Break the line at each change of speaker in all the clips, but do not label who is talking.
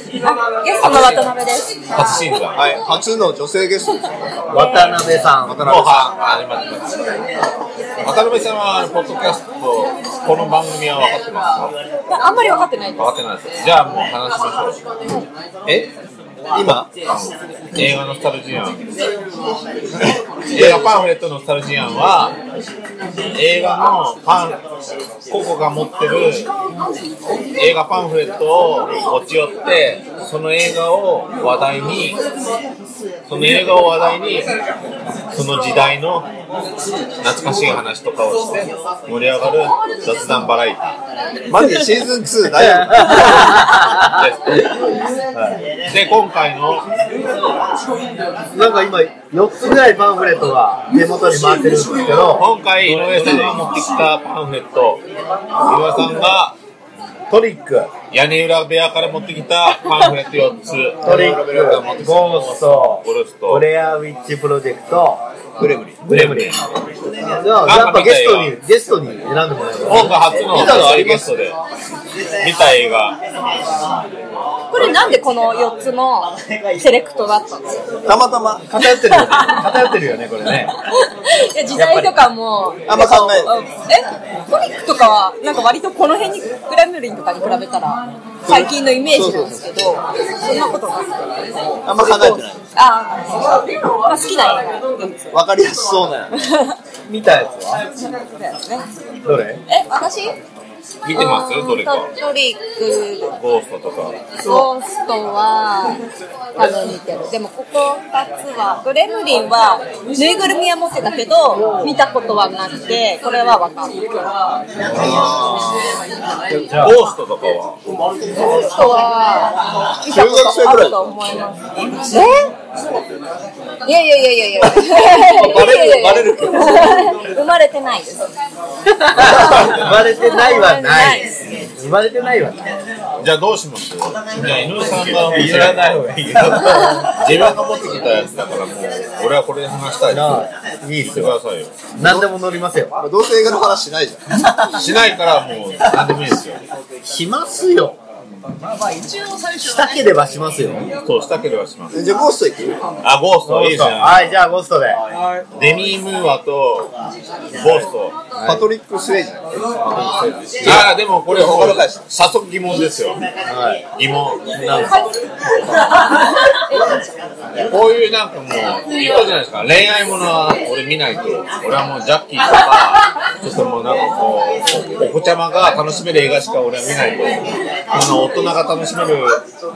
ストの渡辺です。
初審査。はい、
初の女性ゲストです。
渡辺さん。渡
もうは、あ、今、渡辺さんは、あのポッドキャスト、この番組は分かってますか
あんまり分かってないです。
分かってないです。じゃあもう話しましょう。
え今
映画ノスタルジアン。映画パンフレットのノスタルジアンは、映画のパン、個々が持ってる映画パンフレットを持ち寄って、その映画を話題に、その映画を話題に、その時代の懐かしい話とかをして、盛り上がる雑談バラエティ
マジでシーズン2大丈
です。で、今回の
なんか今、4つぐらいパンフレットが手元に回ってるんですけど、
今回、井上さんが持ってきたパンフレット、井上さんが
トリック、
屋根裏部屋から持ってきたパンフレット4つ、
トリック、ゴースト、
ゴースト
オレアウィッチプロジェクト、
夫ブレブリ。
ブレブリン、
じゃあやっぱゲストに、ゲストに選んでもらえます
今回初の
見たのあり
ゲ
ま
ス
す
トで見た映画、
これなんでこの4つのセレクトだったんですか
たまたま。
偏ってるよね。 偏ってるよね、これね。
いや、時代とかも。
あんま考え
あえ、トリックとかは、なんか割とこの辺に、グラムリンとかに比べたら、最近のイメージなんですけど、そんなことなく
あんま考えてない。
あー、まあ好きな映画ですよ。
わかりやすそうな。
見たやつは
だよね
ど れ
え、私
見てますどれか
うーん、とトリック
ゴーストとか、
ゴーストは多分見てるでもここ2つはグレムリンはぬいぐるみは持ってたけど見たことはなくてこれは分かる
ゴーストとかは、
ゴーストは見たことあると思いますえいやいやいやいやいや
バレるバレるけど
生まれてないです
生まれてないはない。
す
生まれてないはない。
じゃあどうしますじゃあ井上さんが持ってき
譲
た
らない方がいいよ。
自分が持ってきたやつだからもう、俺はこれで話したいです。
なあいいっ
し
す
てく
よ。
ださいよ。
何でも乗りますよ。
どうせ映画の話しないじゃん。
しないからもう、何でもいいですよ。
しますよ。したければしますよ。
そう、したければします。
じゃあゴースト行く
あ、ゴースト、いいですね。
はい、じゃあゴーストで。
デミームーアと、ゴースト。
パトリック・スレイジャー。
あーでもこれ
心返し
早速疑問ですよ
はい。
疑問こういうなんかもう言ったじゃないですか恋愛ものは俺見ないと俺はもうジャッキーとかちょっともうなんかこうおお子ちゃまが楽しめる映画しか俺は見ないとあの大人が楽しめる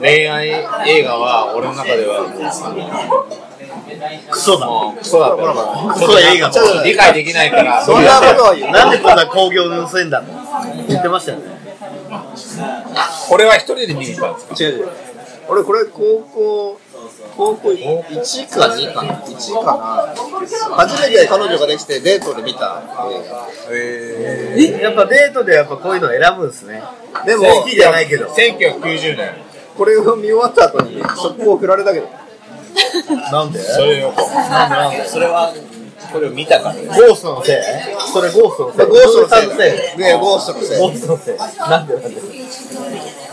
恋愛映画は俺の中ではもう
クソだ。
もうクソだった
クソ映画
ちょっと理解できないから
そんなことは言う。
なんでこんな興行のせんだと言ってましたよね。
これは一人で見に行ったんですか
違う違う。俺これ高校、高校1か2かな。1かな。初めて彼女ができてデートで見た映
やっぱデートでやっぱこういうの選ぶんですね。
画。でも、
好きじゃないけど。
1990年
これを見終わった後に、そこを振られたけど。
なんで
それをこう
なんでなんで
それは、これを見たから。
ゴーストのせいそれゴーストのせい
ゴーストの
の
せい
せい。
だよ。ねゴーストのせい。
ゴーストのせい。なんでなんで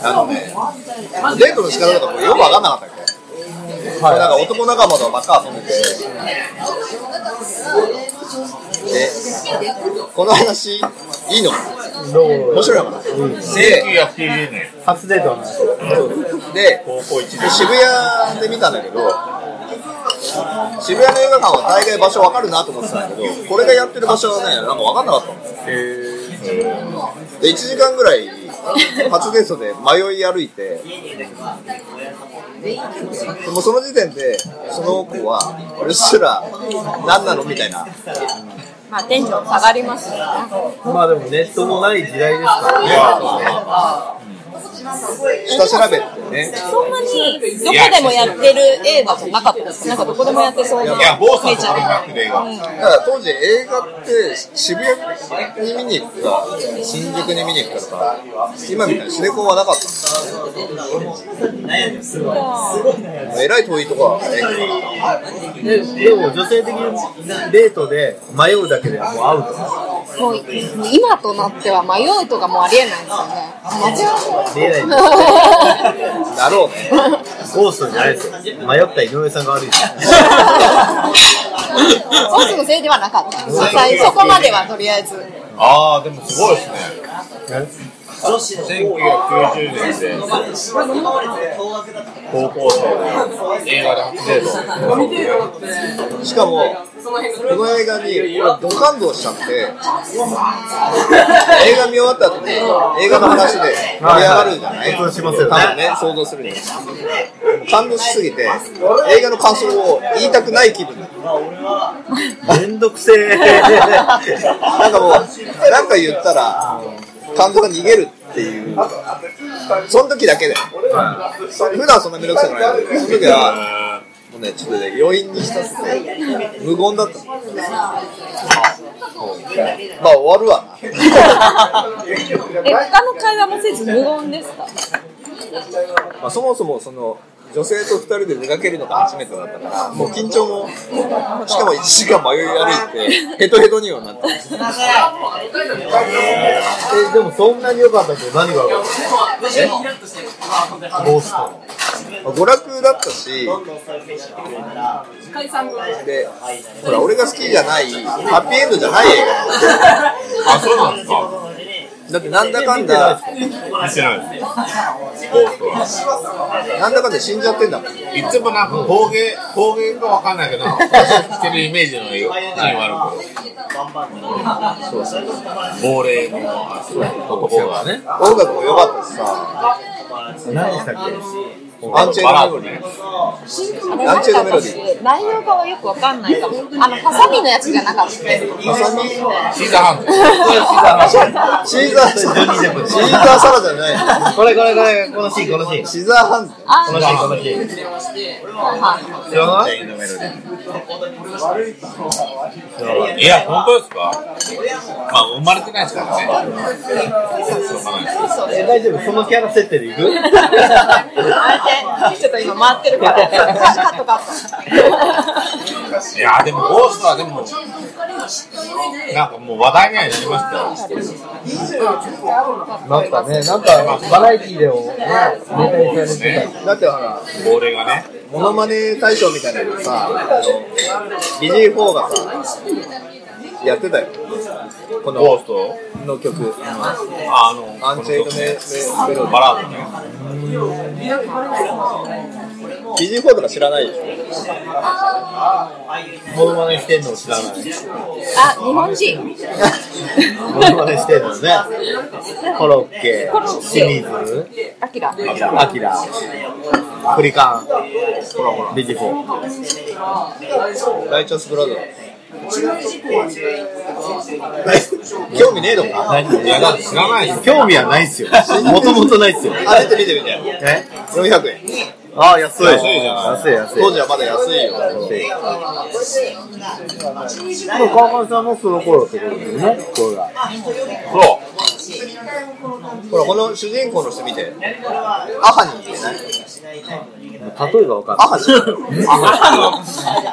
あのね、デートの仕方とかもよく分かんなかったっけこれなんか男仲間とばっか遊んでて、で、この話、いいの
ど
面
う
白いのかなで、
1990年。
初デートの話。
で、で渋谷で見たんだけど、渋谷の映画館は大概場所わかるなと思ってたんだけど、これがやってる場所はね、なんかわかんなかったの。で、1時間ぐらい、初デートで迷い歩いて、でもその時点で、その子は、うっすら、何なのみたいな。
まあテンション下がりますよね。
まあでもネットもない時代ですからね。
下調べってね。
そんなにどこでもやってる映画じゃなかったです。なんかどこでもやってそうな。
いや、
メ
坊さん
ジ
と
ャ
ハルマ
ー
ックで映画。
だから当時映画って渋谷に見に行くか、新宿に見に行くかとか、今みたいにシネコンはなかったんだえらい遠いとこは映画館
ででも女性的にデートで迷うだけでもうアウト。
もう今となっては迷うとかもうありえないですよね。
見えないんだ
だろうね。
ゴーストじゃないですよ。迷った井上さんが悪いです。
オスのせいではなかった。そこまではとりあえず。
ああ、でもすごいですね。1990年で高校生で映画で初デート。
しかも、この映画に俺ド感動しちゃって、映画見終わった後に映画の話で盛り上がるんじゃない
感動しますよね
多分ね、想像するに。感動しすぎて、映画の感想を言いたくない気分になった
めんどくせえ。
なんかもう、なんか言ったら、感情が逃げるっていう、その時だけで、そ普段そんな魅力さない、その時は、もうね、ちょっとね、余韻に浸って、無言だった。まあ、終わるわ
え、他の会話もせず無言ですか
な。まあ、そもそも、その、女性と二人で出かけるのが初めてだったから、もう緊張も、しかも1時間迷い歩いて、ヘトヘトにはなった。
えでもそんなに良かったけど何が良かったゴースト。
娯楽だったし、で、ほら、俺が好きじゃない、ハッピーエンドじゃない映
あ、そうなんですか。
画。だって、なんだかんだ、
見てないです。コースは。
なんだかんだ死んじゃってんだもん。
いつもなんか工芸、工芸かわかんないけど、私してるイメージの映画に悪く。亡霊の男がね。
音楽も良かったしさ、
何でしたっけ
アンチェ
バ
イ
ラ
ド
ー
メロ
ドね
ディー。
なんか私、内容がよくわかんないかも。あの、ハサミのやつじゃなかった。
ハサミ
シーザーハンド。
シーザー、シーザーサラじゃない
これこれこれ、このシーン、このシーン。
シザーハンズだよ
あ
このシーン、このシーン。知らない
いや、本当ですか。まあ、生まれてないですからね。しょうがないです
え大丈夫そのキャラ設定でいく
あれって、ちょっと今回ってるから、カットカット。
いや、でも、ゴーストはでも。なんかもう話題にはなりましたよ。
なんかね、なんかバラエティーでも、ね、ネタにされて
ね、
だってほら、
亡霊がね。
モノマネ大賞みたいなのでさ、あの、ビジー4がさ、やってたよ。こ
ゴー
の
ス、ト。
の曲。
あ、あの、
アンチェイドメメロディー。
バラードね。
ビジー4とか知らないでしょ
た。モノマネしてんの知らない。
あ、日本人。
モノマネしてんのね。コロッケ
コロ、ッケ
清水、
アキラ。
アキラ、フリカン、ほらほら、ビジフォー。
ライチョスブラザー 興味ねえのか
大丈夫
いや、だって知らないです。
興味はないっすよ。もともとないっすよ。
あ、見て見て見て。
え
400円。
ああ、安い。
安いじゃない
安い、安い。
当時はまだ安いよ。
でも川上さんもその頃ってことですよね。これが。
そう。
ほら、この主人公の人見て。アハニーってない
例えば分かる。
アハニー アハニー。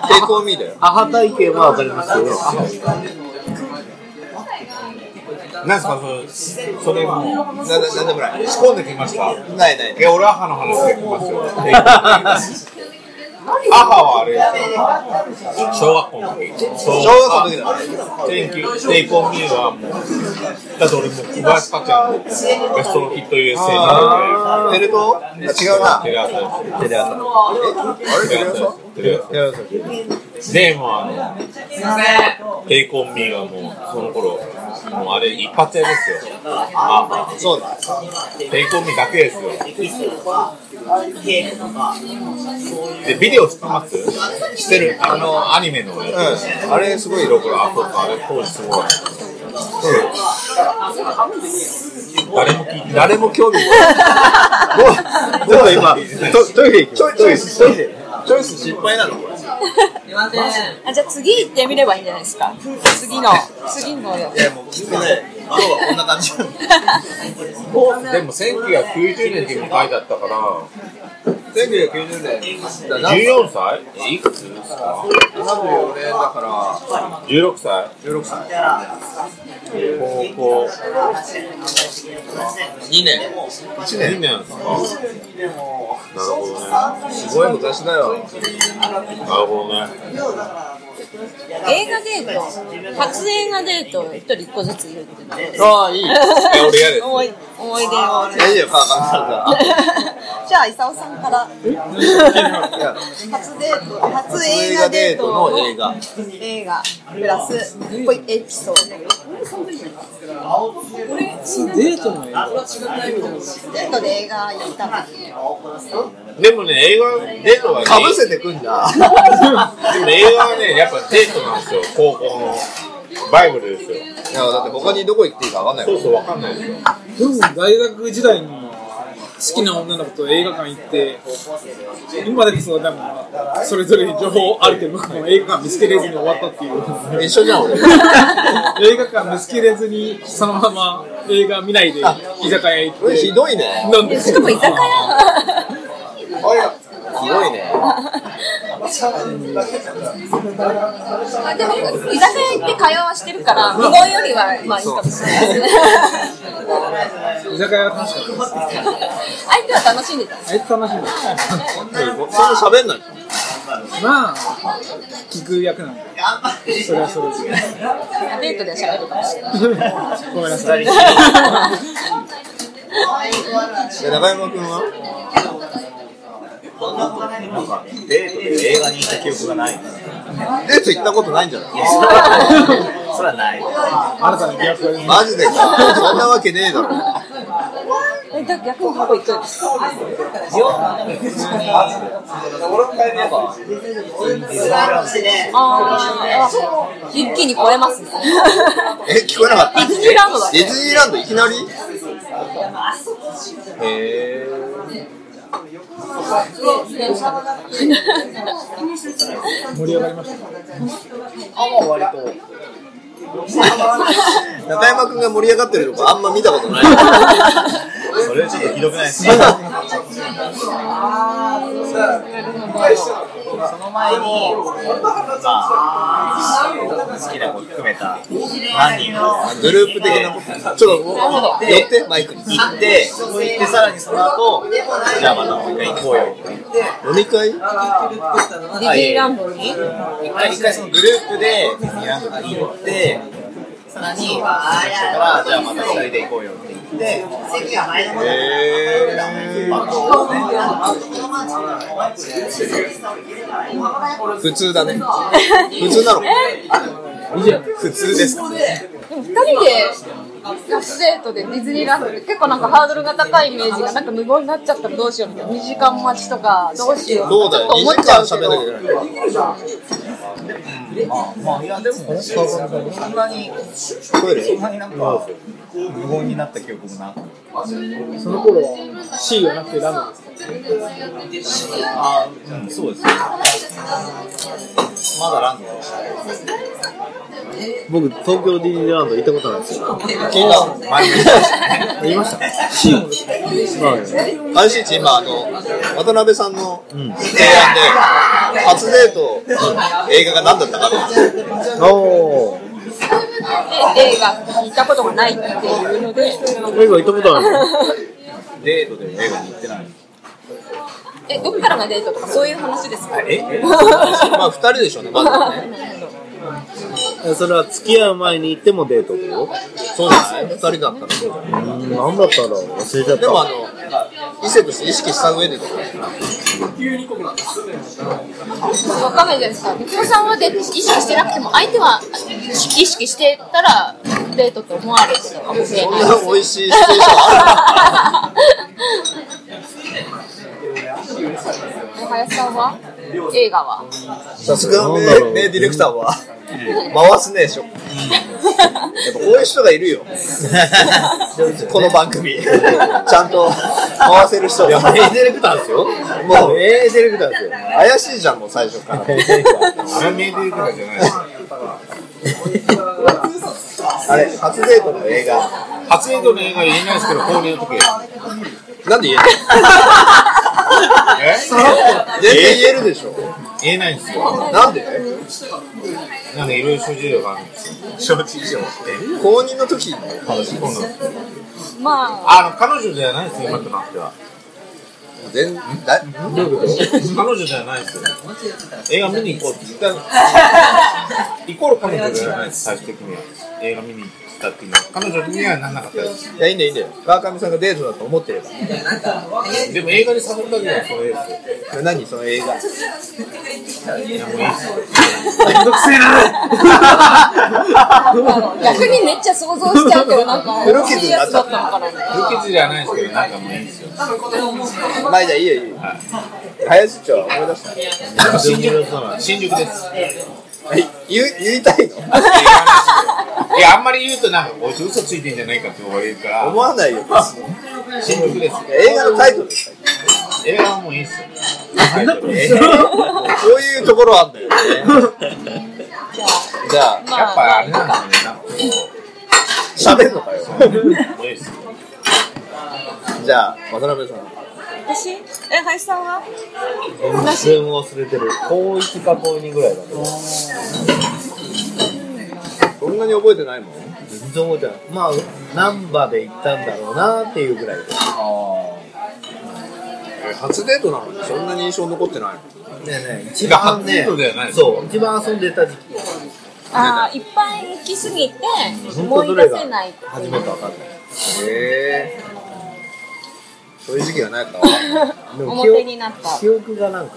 抵抗ミーだよ。
アハ体験は分かりますけど、アハ
なんですか、それ、それもう、
な、な、なんでもない。
仕込んできました。
ないない。
え、俺は歯の話できますよ。母はあれですよ小学校の時小
小学校の時だ
天気テイコンミーはもうだって俺もう小林かちゃんのベストロキット USA なの
テレ東あ違うな
でテレ朝です
テレ朝あれテレ朝
テレ朝
テレ朝
で、もうあの、テイコンミーがもう、その頃、もうあれ一発屋ですよ。あ、
そうだ
テイコンミーだけですよ。で、ビデオ知ってますしてる、あの、アニメのやつ。
うんあれすごいロコ
ほら、あ、そうか、あれ当時すごい。誰も聞いて、誰も興味ない。
ちょっと今トトイレ行くトイレトイレチョイス失敗なのこれ
あじゃあ次行ってみればいいんじゃないですか次の次のよ
いやもう聞くね今日はこんな感じなの
でも、1990年って書いてあったから、
1990年だな
14歳えいくつですか
74年だから
?16 歳
16歳高校2年
?2
1
年
年
ですかなるほどね。
すごい昔だよ
なるほどね。
映画デート初映画デートを一人一個ずつ言うっていうの
ああいいい
や俺嫌です
思い思い出を
やいいよパーカーさん
じゃあ、伊沢さんから。
いや
初デート、初映
映
画
画
デ
デ
ー
ー
ト
ト
の
の映画
映画、プラス、こういうエピソード。
デートの映画
デートで映画行ったのに。
でもね、映画デートが
かぶせてくんな
でも映画はね、やっぱデートなんですよ。高校の。バイブルですよ。
いやだって他にどこ行っていいか分かんない
そうそう、わかんないですよ。
でも大学時代の好きな女の子と映画館行って今でこそでもそれぞれに情報あるけど僕も映画館見つけれずに終わったっていう
一緒じゃん俺
映画館見つけれずにそのまま映画見ないで居酒屋行っ
これ
て
ひどいね
飲んで
しかも居酒屋。
ひどいね
あでも、居酒屋行って会話はしてるから、無言よりは、まあ、いいかもしれないですね。
居酒屋楽しかったです
相手は楽しんでた。
あいつ楽しみだ
そんな喋んない
まあ聞く役なんでそれはそれで
デートでは喋るかもしれない。
ごめんなさい
え中山君は
デートで映画に行った記憶がない。
デート行ったことないんじゃない
それはない。
新たな疑惑が出てきた
マジでかそんなわけねえだろ
え、だ逆にどこ行くあーあ、一気に超えますね。
え聞こえなかった
ディズニーランドだ
ディズニーランドいきなりへえ
盛り上がりました
中山君が盛り上がってるとこあんま見たことない
それはちょっとひどくないですね。その前に、まあ、好きな子含めた何人か
グループ的なことちょっともう寄ってマイクに飲
行って、で、さらにその後、じゃあまたもう一回行こうよ。
み会
ディズニーランドに。
一回一回そのグループでディズニーランドに行ってさらにその人からじゃあまた二人で行こうよって言って
へー普通だね普通なの普通ですか
でも二人で初デートでディズニーランドで結構なんかハードルが高いイメージがなんか無言になっちゃったらどうしようみたいな2時間待ちとかどうしよう
どう
ち
だ
ょっと思っ
よ2時
ちゃ
間
うけ
喋んなきゃいけ
ど
ない
まあいやでもそんなに
トイレ
そんなになんか無言になった記憶もなく
その頃は C はなくてラムです
あうんそうですまだランド
僕、東京ディズニーランド行ったことないですよ。
前に
言いました ?C もですね。
ICH 今あの渡辺さんの提案で初デートの映画が何だったかって
おー。
で映画行ったことがないっていうので
映画行ったことないの
デートで映画に行ってない
え、どっからがデートとかそういう話ですか
え
まあ、二人でしょうね、まだね。
それは付き合う前に行ってもデートってこ
そうですね、二人だったらそうじゃない。
と何だったんだろう忘れちゃっ
で
た
も、あの、異性として意識した上 でですね。
わかんないじゃないですか。みきおさんはデート意識してなくても、相手は意識してたら、デートと思われてたかもしれ
こ
ない。
んな美味しいステーションあ
林さんは映画は
るさすが名名ディレクターは、回すねえでしょ。やっぱこういう人がい るよ。この番組。ちゃんと回せる人が。
名ディレクターですよ
もう、
名ディレクターですよ
怪しいじゃん、もう最初から。
あれはメールで言うからじゃないです
あれ、初デートの映画。
初映像の映画言えないですけど、購入の時
なんで言えない
え
全然言えるでしょ。
言えないんですよ。
なんで
なんでいろいろ諸事情があるんですよ。諸事情って。
公認の時の話
今度
まあ、
あの、彼女じゃないですよ、今となっては。
全然、だ
彼女じゃないですよ。映画見に行こうって言ったイコール彼女じゃないです、最終的には。映画見に行ったっていうのは。彼女にはならなかったです。
いや、いいんだよ、いいんだよ。川上さんがデートだと思ってれば。
でも映画に誘った時はそれですよ。
何その映画。
逆にめっちゃ想像しちゃうけど、なんか、
古傷
い
に
や
なっ
つ
ちゃ
だ
っ
った
た。
のかな。
無傷じゃないですけど、なんかもういいんですよ。
まあ、じゃあいいよ、いいよ。林町は思い出した。
新宿、新宿です。
え言う言いたいの
いや、あんまり言うとなんか、こいつ嘘ついてんじゃないかって思われるから
思、わない よ。
新宿です。
映画のタイトルですか
映画はもういいっすよ。
そういうところあんだよね。 じゃあ、
やっぱあれなんですよね、なんか
喋んのかよ。
もういいっすよ。
じゃあ、渡辺さん。
私え、林さんは
全然忘れてる高一か高二ぐらいだね
そんなに覚えてないもん。
全然覚えてないまあ難波で行ったんだろうなっていうぐらいで
え初デートなのにそんなに印象残ってないの
ねえねえ一番
いや初デ
ね
ートではない
そう一番遊んでた時期
あーいっぱい行きすぎて、思
本当
い
どれ
出
が
せない。
初めてわかんない
へえそういう時期がないかわかんない
でも
表
記憶
になった。
記憶がなんか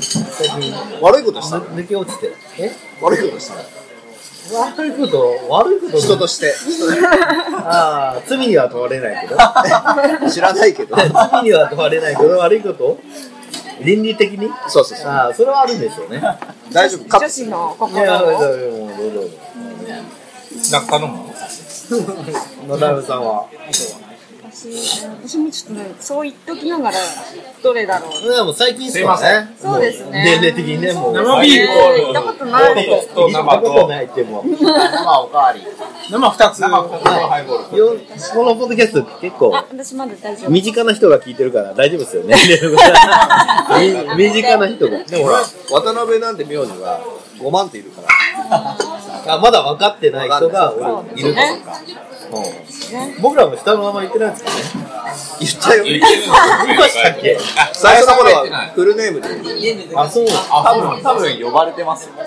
最近
悪いことしたの
抜け落ちてるえ
悪いことしたの
悪いこと悪いこと
人として
ああ罪には問われないけど
知らないけど
罪には問われないけど悪いこと倫理的に
そうそうそう
ああそれはあるんでしょうねいや
大丈夫カ
女
ッ
子の
いやいや
心を。
いやもうどうぞどうぞ
なんか頼む
野田部さんは
私、私もちょっとね、そう言っときながら、どれだろう。
でも最近っ
すいません
も
そうですね
年齢的にねもう
生
ビ
ビール
行ったことないです。
と
行った
生
こと
と
ないってもう
まあおかわり。
生2つ
ハイボール。
よこのポッドキャスト結構
あ、私まだ大丈夫。
身近な人が聞いてるから大丈夫ですよねみ身近な人が
プほら渡辺なんて名字が5万っているから
あまだ分かってない人がおるいる
ね。
僕らも下の名前言ってないんですかね
言ったよ
言ってるんですよ
言いましたっけ
最初の頃
言って
は
ない
フルネームで
あそう
あ、そうなんです
多分呼ばれてますよ。
伊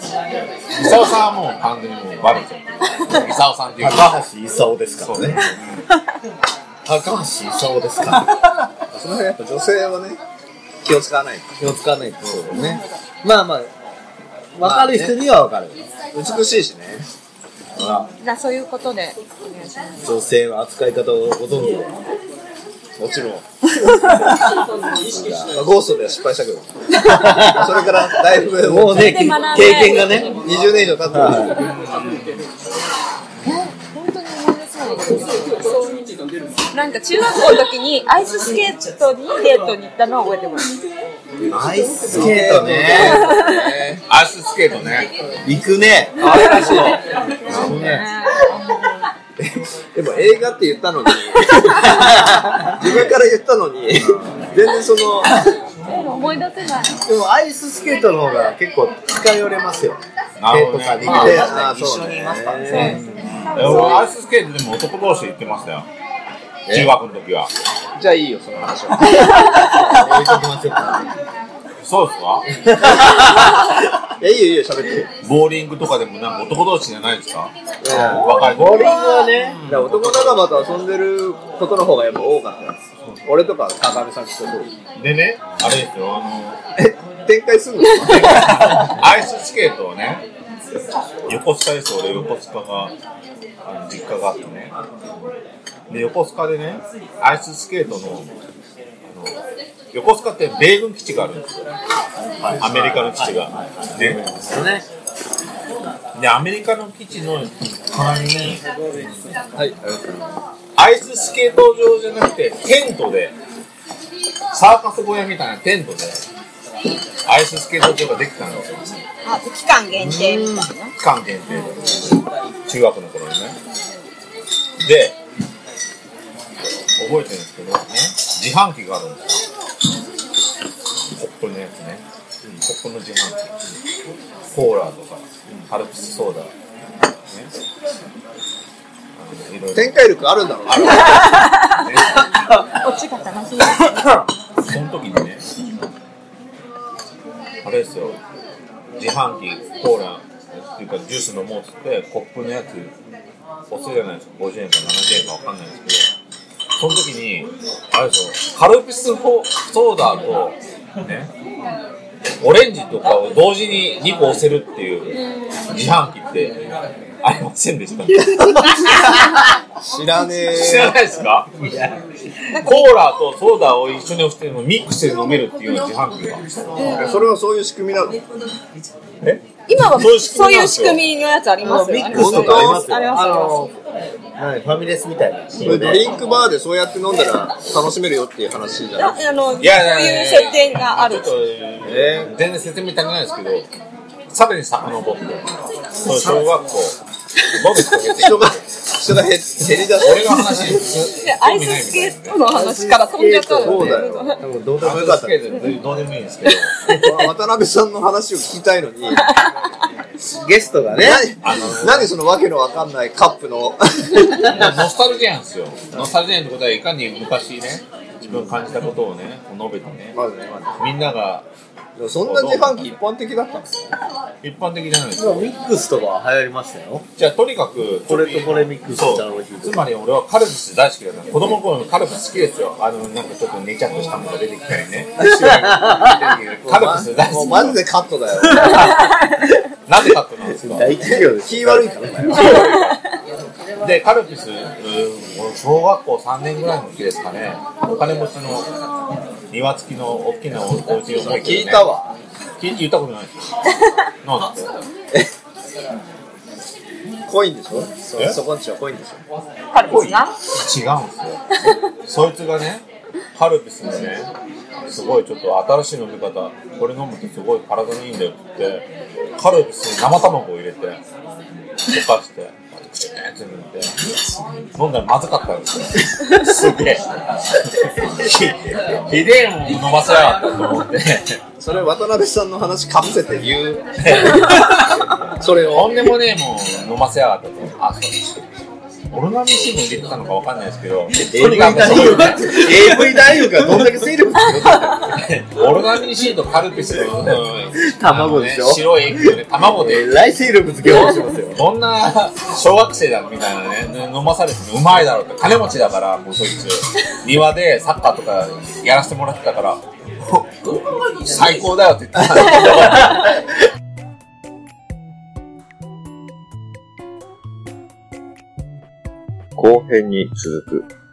沢さんはもう完全にもうバレちゃってる。伊沢さんっていうか、
高橋勲ですからね高橋勲ですから
その辺やっぱ女性はね気を使わない
気を使わないとねまあまあ分かる人には分かる、
美しいしね
ほら
じゃあそういうことでお願いします。
女性の扱い方をご存知で
も ちろんゴーストでは失敗したけどそれからだいぶ
もうね経
学べ
験がね
20年以上経ってます
本当に思い出せないです。なんか中学校の時にアイススケートにデートに行ったのを覚えてます。
アイススケートね
ね。
アイススケートね。
行くね
あれそう。でも映画って言ったのに、自分から言ったのに、全然その、
でも思い出せない。
でもアイススケートの方が結構近寄れますよ
な
デ
るほ
ート
ど
さんに
ね。
行ってあ
一緒にいますか
え俺アイススケートでも男同士で行ってましたよ。中学の時は。
じゃあいいよ、その話は。
置いときましょうか。
そうですか
え、いいよいいよ、喋って。
ボーリングとかでもなんか男同士じゃないですか若い
ボ
子
ーリングはね、だから男仲間と遊んでることの方がやっぱ多かったです。俺とか高見さんとそう。
でね、あれですよ、あの、
え、展開するの
アイススケートをね、横須賀です、俺、横須賀が、あの実家があってね、で横須賀でね、アイススケートの、あの横須賀って米軍基地があるんですよ、アメリカの基地が。ね、で、アメリカの基地の隣に、アイススケート場じゃなくて、テントで、サーカス小屋みたいなテントで、アイススケート場ができたんですよ。
あ期間限定みたいな
期間限定で中学の頃にねで覚えてるんですけどね自販機があるんですよコップのやつねコップの自販機コーラとかカルピスソーダねあのいろいろ
展開力あるんだろうね。
こっちが楽しいです
その時にね、あれですよ、自販機、コーラっていうか、ジュース飲もうっつって、コップのやつ、お酢じゃないですか、50円か70円かわかんないですけど、その時に、あれですよ、カルピスフォソーダと、ね、オレンジとかを同時に2個押せるっていう自販機ってありませんでした、
知らねえ。
知らないですかコーラとソーダを一緒に押してミックスして飲めるっていう自販機が。
それはそういう仕組みなの
え
今は
そういう仕組み
そう
なん
い
で
う
す
仕
よ
組みのやつありますよね
ミックスとかありますよ。
あります
あの、はいファミレスみたいな。
それドリンクバーでそうやって飲んだら楽しめるよっていう話じゃない
ああのそう
いやいやいや
いう設定がある
ちょっと、えー全然説明足りないですけど、さらに遡って、そう小学校、 ボブって言って
人が、人が減りだして。
俺が話す、
でアイススケートの話から飛んじゃった
そ
の
うだよ。
多分どうでもよか
ア
っ
ス
た。
ケートどうでもいいんですけど、
渡辺さんの話を聞きたいのに、
ゲストがね。
何、何そのわけのわかんないカップの。
ノスタルジアなんですよ。ノスタルジアってことはいかに昔ね、自分が感じたことをね、こう述べてね、
まずね、まず
みんなが
でもそんな自販機一般的だったんですよ。
一般的じゃないです
も
か。
うミックスとかは流行りましたよ。
じゃあ、とにかく、
これとこれミックス
そ
したら美
う
味しい。
つまり俺はカルピス大好きだな子供の頃のカルピス好きですよあのなんかちょっとネチャっとしたものが出てきたり ねカルピス大
も
好
う
き
マジでカットだよ。
なぜかってなんですか
大企業です。
気悪いからね。
でカルピス、うん小学校3年ぐらいの時ですかねお金持ちの庭付きの大きなおお家を持って、ね、
聞いたわ。
聞い言ったことないですよなんで
濃いんでしょそ
え
そこんちは濃いんでしょ
カルピスが
違うんですよそいつがねカルピスのねすごいちょっと新しい飲み方これ飲むとすごい体にいいんだよって言ってカルピスに生卵を入れて溶かしてくちゅーって飲んで飲んだらまずかったんですよすげえひひでえもん飲ませやがったと思って
それ渡辺さんの話かぶせて言う。
それをとんでもねえもん飲ませやがったとあそうですオルナミシンも入れてたのかわかんないですけどとにかくそういうね
AV 大夫がどんだけ勢力強いか。
オロナミンシートカルピスの、うん
卵でしょ
あのね白い液体で卵
え
で
らい勢力付けをしてますよ。
どんな小学生だみたいなねね飲まされてねうまいだろうって金持ちだからもうそいつ庭でサッカーとかやらせてもらってた からほ最高だよって言ってたんだけど
後編に続く。